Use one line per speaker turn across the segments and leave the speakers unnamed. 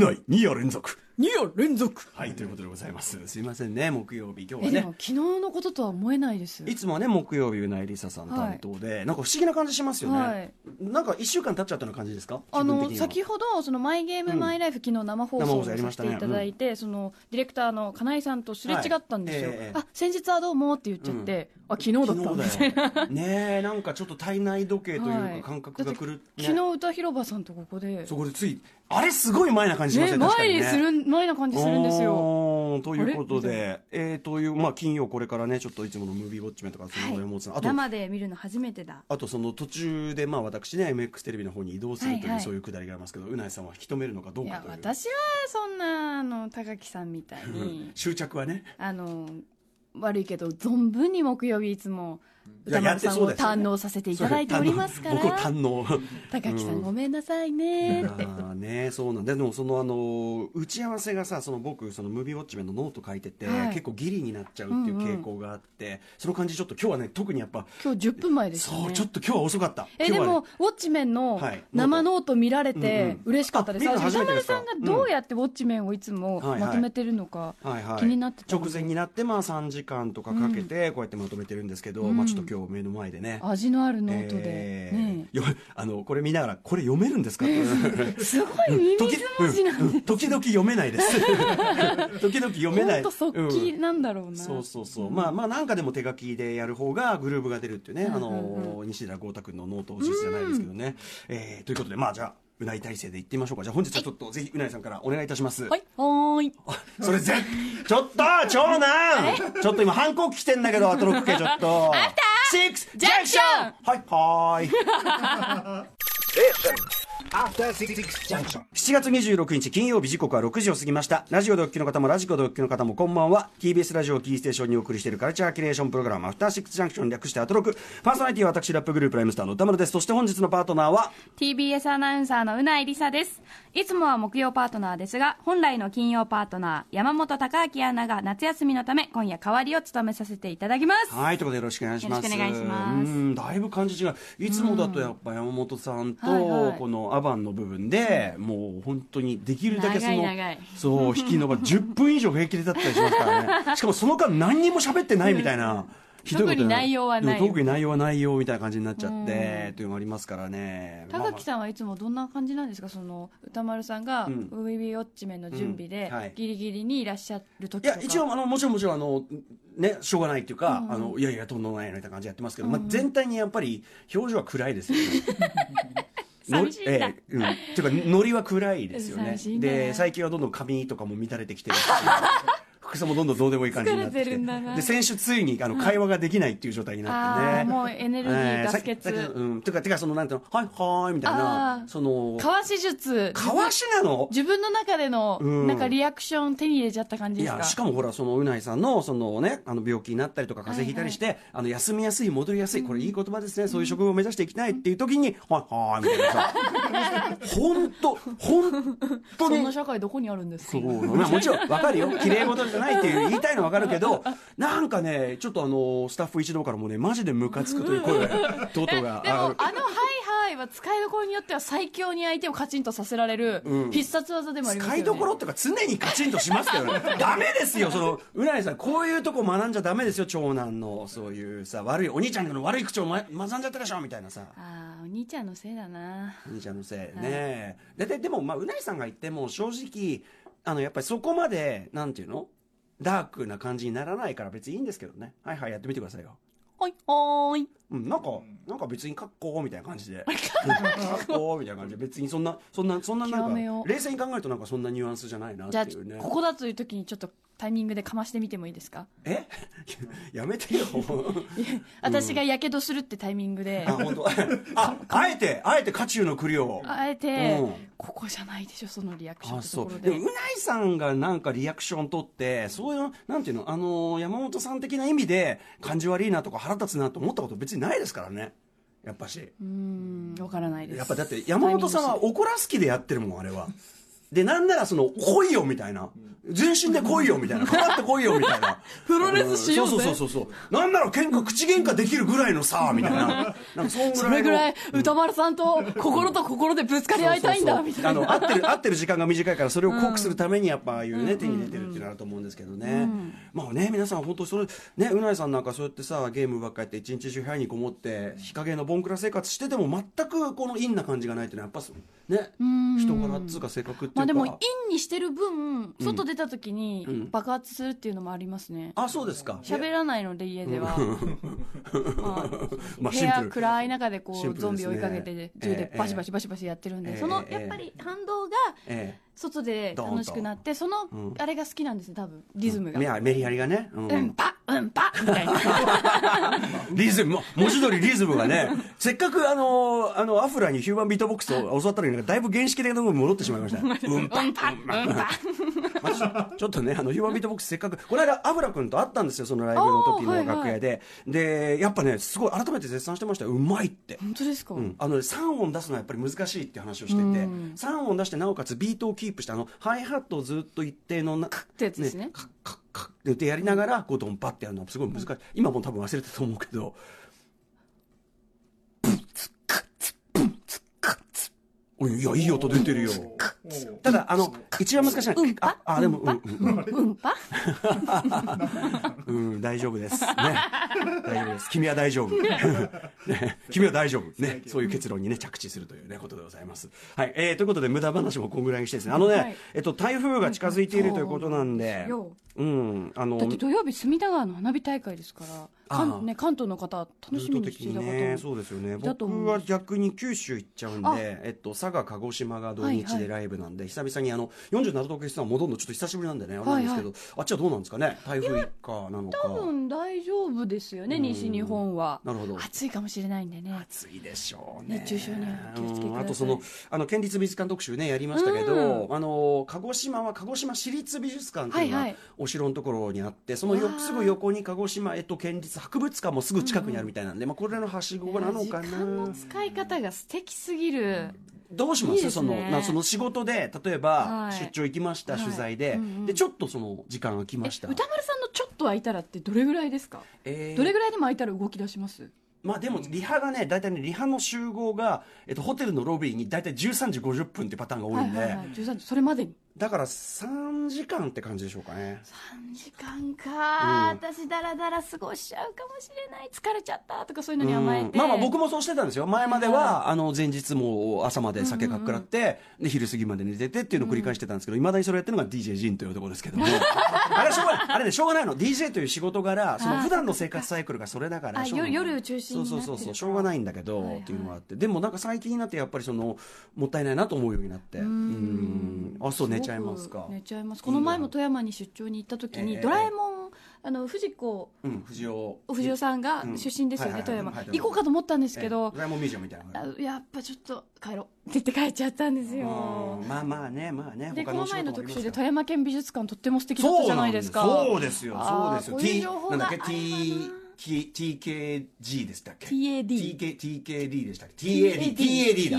ない2夜連続
2夜連続
はいということでございますすいませんね木曜日今日
え
はね
でも昨日のこととは思えないです
いつもはね木曜日うないりささん担当で、なんか不思議な感じしますよね、
はい
なんか1週間経っちゃったような感じですか
あ
気分
の
的には
先ほどそのマイゲームマイライフ、昨日生放
生
送
放
を
送
さ
やりまし
せ
たね
ていただいて、そのディレクターの金井さんとすれ違ったんですよ、
はいええ
あ先日はどうもって言っちゃって、あ昨日だったみたいな、
昨日だよねえなんかちょっと体内時計と
は
いう
い
か感覚がくる、ね
昨日歌広場さんとここで、
そこでついあれすごい前な感じしました
ね、
ね確か
前
にね
にする前な感じするんですよ。
おーということ
あれ
で、えー、という、まあ、金曜これからね、ちょっといつものムービーウォッチメンとか、その山本さん、あと、
生で見るの初めてだ
あとその途中で、まあ、私ね、MX テレビの方に移動するという、
はいはい
そういうくだりがありますけど、うないさんは引き止めるのかどう
い
か
や
という。
私はそんなあの高木さんみたいに
執着はね。
あの悪いけど存分に木曜日いつも
いや
歌丸さん
やってそ
を
うですよ
堪能させていただいておりますから
僕を堪能。
高木さ
うん
んごめんなさいねって。
あーね、そうなんで、でもそのあの、打ち合わせがさ、その僕、そのムービーウォッチメンのノート書いてて、
はい
結構ギリになっちゃうっていう傾向があって、その感じちょっと今日はね、特にやっぱ、
今日10分前でしたね
そう、ちょっと今日は遅かった。今
えで
日はね
も、ウォッチメンの
はい
生ノート見られ
うんう
て
ん
嬉しかったです、
あ見るの
私
初めて
歌
で
丸
すか
さんがどうやってウォッチメンをいつも
はいはい
まとめてるのか、
はいはい、
気になってたん
直
で
前になってまあ3時間とかかけてこうやってまとめてるんですけど、
うん
まあ、ちょっと今日目の前でね、
味のあるノートで、
えー
ね
よあのこれ見ながらこれ読めるんですかって、
えすごいミミズ文字なん
うんうん
で
時々読めないです 時々読め
す、
な
本
い
当即帰
うん
なんだろうな、
そうそうそう、まあまあなんかでも手書きでやる方がグルーブが出るっていうね、
うんうん
あの西寺豪太君のノート実じゃないですけどね、えーということでまあじゃあうない体制でいってみましょうかじゃあ本日はちょっとぜひうないさんからお願いいたします
はいはーい
それぜちょっと長男ちょっと今反抗期来てんだけどアトロック系ちょっとアフターシックスジャンクションはいはーい
After Six Junction.
7月26日金曜日時刻は6時を過ぎましたラジオでお聞きの方もラジコでお聞きの方もこんばんは TBS ラジオをキーステーションにお送りしているカルチャーキュレーションプログラムアフターシックスジャンクション略してアトロックパーソナリティは私ラップグループライムスターの歌丸ですそして本日のパートナーは
TBS アナウンサーのうないりさですいつもは木曜パートナーですが本来の金曜パートナー山本貴明アナが夏休みのため今夜代わりを務めさせていただきます
はいということでよろしくお願いします
よろしくお願いします
うんだいぶ感じ違ういつもだとやっぱ山本さん
はい
と
はい
このアバンの部分でもう本当にできるだけその
長い長い
そう引き伸ば10分 以上平気で立ったりしますから ねしかもその間何にも喋ってないみたいなひどいこと
特に内容はない
でも特に内容は内容みたいな感じになっちゃってというのがありますからね
高木
ん
さんはいつもどんな感じなんですかその歌丸さんが
う
ウ
ん
ィビウォッチメンの準備で
うんはい
ギリギリにいらっしゃる時
い
とか、
や一応あのもちろんもちろんあのねしょうがないっていうか、あのいやいやとんでもないよみたいな感じでやってますけど、まあ、全体にやっぱり表情は暗いですよねの
寂しいんだ
ええうん、っていうかノリは暗いですよね
寂しいんだな
で最近はどんどん髪とかも乱れてきてるし 服装もどんどんどうでもいい感じになってき
疲れて
て
るんだな
で先週ついにあの会話ができないっていう状態になってね
あーもうエネルギーが
さっ
不
き
欠、
さっきうん、てかてかそのなんていうの「はいはい」みたいな
あー
その
かわし術
かわしなの
自分の中での、
うん
なんかリアクション手に入れちゃった感じ
い
ですか
やしかもほらそのうないさんのそのねあの病気になったりとか風邪ひいたりして、あの休みやすい戻りやすいこれいい言葉ですね、そういう職業を目指していきたいっていう時に「はいはい」みたいなさ 本当本当
そん
に
な社会どこにあるんですか
そうまあもちろん分かるよ綺麗事じゃないっていう言いたいの分かるけどなんかねちょっとあのスタッフ一同からもねマジでムカつくという声がとうと
え
う
でも
が
あ
あ
の「はいはい」は使いどころによっては最強に相手をカチンとさせられる
うん
必殺技でもあります
使
よね、
いどころとか常にカチンとしますけどねダメですよそのうらいさんこういうとこ学んじゃダメですよ長男のそういうさ悪いお兄ちゃんの悪い口を、ま、学んじゃったでしょみたいなさ
ああお兄ちゃんのせいだな
お兄ちゃんのせいねえ、ででもまあうないさんが言っても正直あのやっぱりそこまでなんていうのダークな感じにならないから別にいいんですけどねはいはいやってみてくださいよ
はいはーい
うん、なんか、なんか別に格好みたいな感 じで。格好みたいな感じで、別にそんな、そんな、そんななん
極めを
か、冷静に考えるとなんかそんなニュアンスじゃないなっ
じゃあ
ていうね。
ここだという時にちょっとタイミングでかましてみてもいいですか
え やめ てよ。
私がやけどするってタイミングで
あ、本当。あ、あえて、あえて、渦中の栗を。
あえて、
うん
ここじゃないでしょそのリアクション
あ
ってと
そ
ころ
う
で
でもうないさんがなんかリアクション取ってそういうなんていうの、あのー山本さん的な意味で感じ悪いなとか腹立つなと思ったこと別にないですからねやっぱし
うーんわからないです
やっぱだって山本さんは
タイミング
怒らす気でやってるもんあれはでなんならその来いよみたいな全身で来いよみたいなかかって来いよみたいな
プロレスしようぜ
んそうそうそうそうなんなら喧嘩口喧嘩できるぐらいのさみたい ななんかそんぐらいの
それぐらい歌丸さんと心と心でぶつかり合いたいんだみたいな
あの合ってる合ってる時間が短いからそれを濃くするためにやっぱああいうね、手に入れてるっていうのあると思うんですけどね、まあね皆さん本当それねうなえさんなんかそうやってさゲームばっかやって一日中部屋にこもって日陰のボンクラ生活してても全くこの陰な感じがないっていうのはやっぱそのね人柄っつうか性格っていうか、
まあでもインにしてる分外出た時に爆発するっていうのもありますね
あそうですか
喋らないので家では、まあ
まあ
部
シンプ
屋
ル
暗い中でこ
シンプル
う
です
ゾ
ね
ンビ追いかけて銃でバシバシバシバシやってるん
ええ
でその
ええ
やっぱり反動が
え
外で楽しくなってその
ん
あれが好きなんですね多分リズム
え
が
メアメリハリがね、う
うん
ん、
ぱうんぱみたいな
リズムも文字通りリズムが ねせっかくあのあのアフラにヒューマンビートボックスを教わったのになんかだいぶ原始的な部分に戻ってしまいましたね うんぱ
うんぱうんぱ
まあちょちょっとね、あの、ヒューマンビートボックスせっかく、この間、アブラ君と会ったんですよ、そのライブの時
あー
の
はいはい
楽屋で。で、やっぱね、すごい、改めて絶賛してましたようまいって。
本当ですか、
うん、あのね3音出すのはやっぱり難しいって話をしてて、3音出してなおかつビートをキープしてあのハイハットをずっと一定のなカッ
てやつですね
カッカッカッって言ってやりながらこうドンパってやるのはすごい難しい、今もう多分忘れてたと思うけどブンツカッツブンツカッツおいいやいい音出てるよただあの一番難しいのはああでもうんうん
うんぱ
うん、大丈夫です。ね。大丈夫です。君は大丈夫。ね、君は大丈夫。ね。そういう結論にね、着地するというね、ことでございます。はい。えー、ということで、無駄話もこんぐらいにしてですね。あのね、
はい
えっと、台風が近づいているということなんで、
よ
うん、あの、
だって土曜日隅田川の花火大会ですからか
ああ
ん、ね、関東の方楽しみにしていた方も、
ね、そうですよね。
だと思う
僕は逆に九州行っちゃうん
あ
で、えっと、佐賀、鹿児島が土日
はいは
で
い
ライブなんで、久々にあの、47都道府県さん戻るのちょっと久しぶりなんでね、あれなんですけど、あっちはどうなんですかね。台風一過なのか。
多分大丈夫ですよね、
うん
西日本は
なるほど
暑いかもしれないんでね
暑いでしょうね。
熱中症にはお気をつけください
うんあとその、あの、県立美術館特集ね、やりましたけど、あの、鹿児島は鹿児島市立美術館っていうの
は
が
いはい
お城のところにあって、そのよ
わあ
すぐ横に鹿児島、えっと、県立博物館もすぐ近くにあるみたいなんで、まあ、これらのはしごなのか
時間
な
の。使い方が素敵すぎる、
どうします
いいですね
その、なその仕事で、例えば
は、い
出張行きました、
はい
取材で、
うんうん
で、ちょっとその、時間空き
え
まし
歌
た。
丸さんのちょっと空いたらってどれぐらいですか、
えー
どれぐらいでも空いたら動き出します
まあでも、リハがね、大体ね、リハの集合が、えっと、ホテルのロビーに大体13時50分ってパターンが多
はいい
んで、
はいはい13時それまでに
だから3時間って感じでしょうかね
3時間か、
うん
私だらだら過ごしちゃうかもしれない疲れちゃったとかそういうのに甘えて、
まあまあ僕もそうしてたんですよ前まではあの前日も朝まで酒かっくらってで昼過ぎまで寝ててっていうのを繰り返してたんですけどいまだにそれやってるのが DJ ジンという男ですけど もあれはしょうがないあれねしょうがないの DJ という仕事柄その普段の生活サイクルがそれだから
あ
しょうがない
夜夜中心になってる
そうそうそうしょうがないんだけど、
はいはい
っていうのがあってでもなんか最近になってやっぱりそのもったいないなと思うようになってうんあそう寝ちゃいますか
寝ちゃいますこの前も富山に出張に行った時に、
ええ
ドラえもんあの藤子
うん藤尾
藤尾さんが
うん
出身ですよ
は
ね、
いはい
富山、
はい
行こうかと思ったんですけ
ええ
ど
ド、ラえもんミュージアムみたいなのがある
あやっぱちょっと帰ろうって言って帰っちゃったんです
う
よ
んまあまあねまあね
でこの前の特集で
そう
富山県美術館とっても素敵だったじゃないですか
なんそうですよそうですよ
あーこういう情報が
なんだ
あ
っけ
ればな
T T- TKG でしたっけ
TAD
TK TKD でしたっけ TAD TAD だ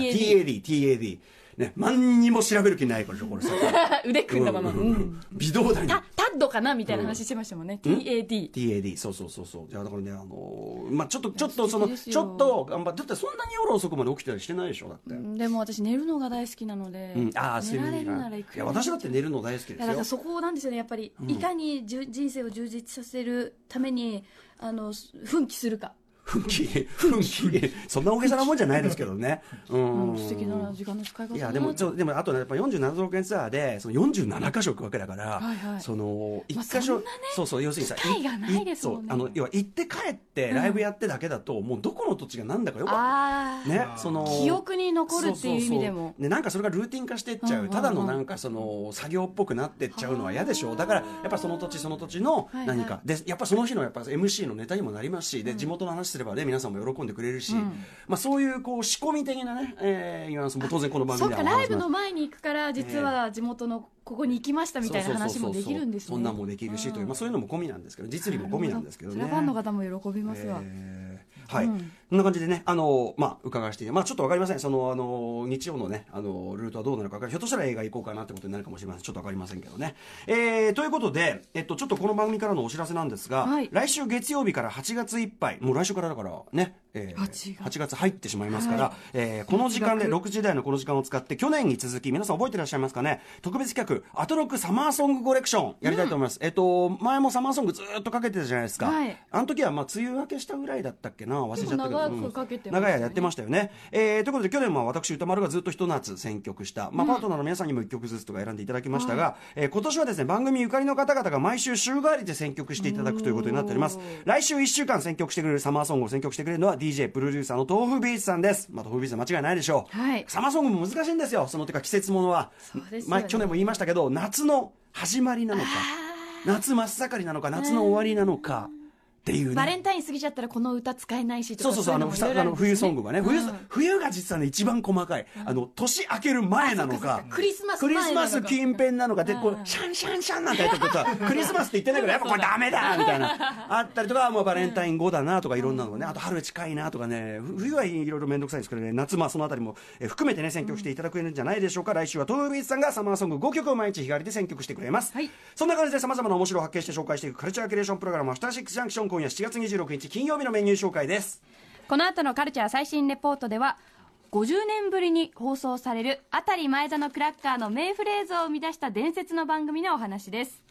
TAD
TAD
TAD ね何にも調べる気ないからしょこれさ
腕組んだまま、
うん微動だに
タタッドかなみたいな話してましたもんね、TAD
TAD そうそうそうそういやだからねあのーまあちょっとちょっとその
素敵です
ち
よ
ょっと頑張ってだってそんなに夜遅くまで起きたりしてないでしょだって
でも私寝るのが大好きなので、
うんああ
寝られ
睡
る
眠
な
が
ら
い
行く
や私だって寝るの大好き
い
で
や
す
だか
よ
らそこなんですよねやっぱり、いかにじゅ人生を充実させるためにあのす奮起するか、
奮起奮起そんな大げさなもんじゃないですけどねうん
うん、素敵な時間の使い方
いや
だな
でもちょでもあとねやっぱ47都道府県ツアーでその47箇所行くわけだから、
はいはい
その
まあ
1箇所、
そんなね
そうそう要するにさ
機会がないですもんね
そうあの要は行って帰ってライブやってだけだと、もうどこの土地がなんだかよくわ
ああ、
ねその
記憶に残るっていう意味で
そう
も
そうそうねなんかそれがルーティン化してっちゃう,、
うんうんうん
ただのなんかその作業っぽくなってっちゃうのは嫌でしょだからやっぱその土地その土地の
はいはい
何か、でやっぱその日のやっぱ MC のネタにもなりますしで地元の話すればね皆さんも喜んでくれるし、まあ、そういうこう仕込み的なね、えー、ニュアンスも当然この番
そ
組
っ
で
か
は
ライブ
お話しします
の前に行くから実は地元のここに行きましたみたいな話もできるんですね
そうそうそうそうそんなんもできるしという、まあ、そういうのも込みなんですけど実利も込みなんですけどね
それはファンの方も喜びますわ、
えーはい、こんな感じでね、あのまあ、伺わせて、まあ、ちょっとわかりません、その、あの日曜のね、あのルートはどうなるかわかりひょっとしたら映画行こうかなってことになるかもしれません、ちょっとわかりませんけどね。えーということで、えっと、ちょっとこの番組からのお知らせなんですが、
はい
来週月曜日から8月いっぱい、もう来週からだからね、えー
8月
8月入ってしまいますから、えーこの時間で、6時台のこの時間を使って、去年に続き、皆さん覚えてらっしゃいますかね、特別企画、アトロックサマーソングコレクション、やりたいと思います。えっと、前もサマーソングずーっとかけてたじゃないですか。
はい
あの時は、まあ、梅雨明けしたぐらいだったっけな、忘れちゃったけど。
でも長く
うん
かけてましたよね
長い間やってましたよね。えーということで、去年も私、歌丸がずっと一夏選曲した、まあ、パートナーの皆さんにも一曲ずつとか選んでいただきましたが、えー今年はですね、番組ゆかりの方々が毎週週替わりで選曲していただくということになっております。来週1週間選曲してくれるサマーソングを選曲してくれるのは DJ プロデューサーの豆腐ビーチさんです。まあ、豆腐ビーチさん間違いないでしょう。
はい
サマーソングも難しいんですよ。そのてか季節ものは。
そうですよね
まあ去年も言いましたけど、夏の始まりなのか、夏真っ盛りなのか、夏の終わりなのか、っていうね。
バレンタイン過ぎちゃったらこの歌使えないしと
そ
か
うそうそう、あの、ふさ
い
あ
ろいろ
の
るんですね
冬ソングはね、冬、冬が実はね、一番細かい。あの、年明ける前なのか、
クリスマス
ク
前
リ
なの
ス
か
マス近辺なのか、で、こう、シャンシャンシャンなんてやってるとさ、クリスマスって言ってないから、やっぱこれダメだみたい な。あったりとか、もうバレンタイン後だなとか、いろんなのがね、あと春近いなとかね、ふ冬はいろいろめんどくさいんですけどね、夏、まあそのあたりもえー含めてね、選曲していただけるんじゃないでしょうか。来週は、トービーズさんがサマーソング5曲を毎日日替わりで選曲してくれます。
はい
そんな感じで様々な面白を発見して紹介していくカルチャーキュレーションプログラム、アフターシックスジャンクション、今夜7月26日金曜日のメニュー紹介です。
この後のカルチャー最新レポートでは50年ぶりに放送されるあたり前座のクラッカーの名フレーズを生み出した伝説の番組のお話です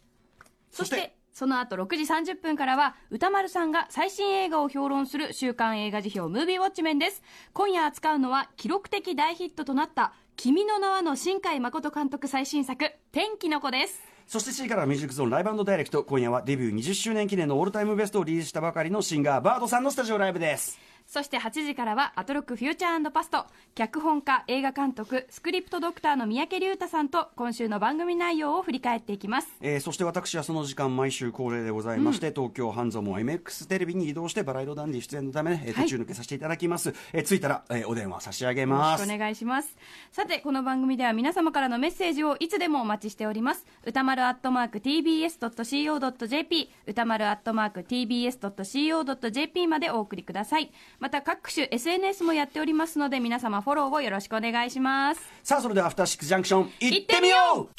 そして
そ
そ
して
の後6時30分からは歌丸さんが最新映画を評論する週刊映画辞表ムービーウォッチメンです今夜扱うのは記録的大ヒットとなった「君の名は」の新海誠監督最新作「天気の子」です
そして C からミュージックゾーンライブダイレクト今夜はデビュー20周年記念のオールタイムベストをリリースしたばかりのシンガーバードさんのスタジオライブです
そして8時からはアトロックフューチャーパスト脚本家映画監督スクリプトドクターの三宅龍太さんと今週の番組内容を振り返っていきます
えーそして私はその時間毎週恒例でございまして、東京半蔵門 MX テレビに移動してバラ色ダンディ出演のためね、えー
はい
途中抜けさせていただきます、えー着いたら、えーお電話差し上げま
よ
す
ろしくお願いしますさてこの番組では皆様からのメッセージをいつでもお待ちしております歌丸アットマーク TBS.CO.JP 歌丸アットマーク TBS.CO.JP までお送りくださいまた各種 SNS もやっておりますので皆様フォローをよろしくお願いします
さあそれではアフターシックスジャンクション行ってみよう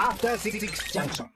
After Six Junction.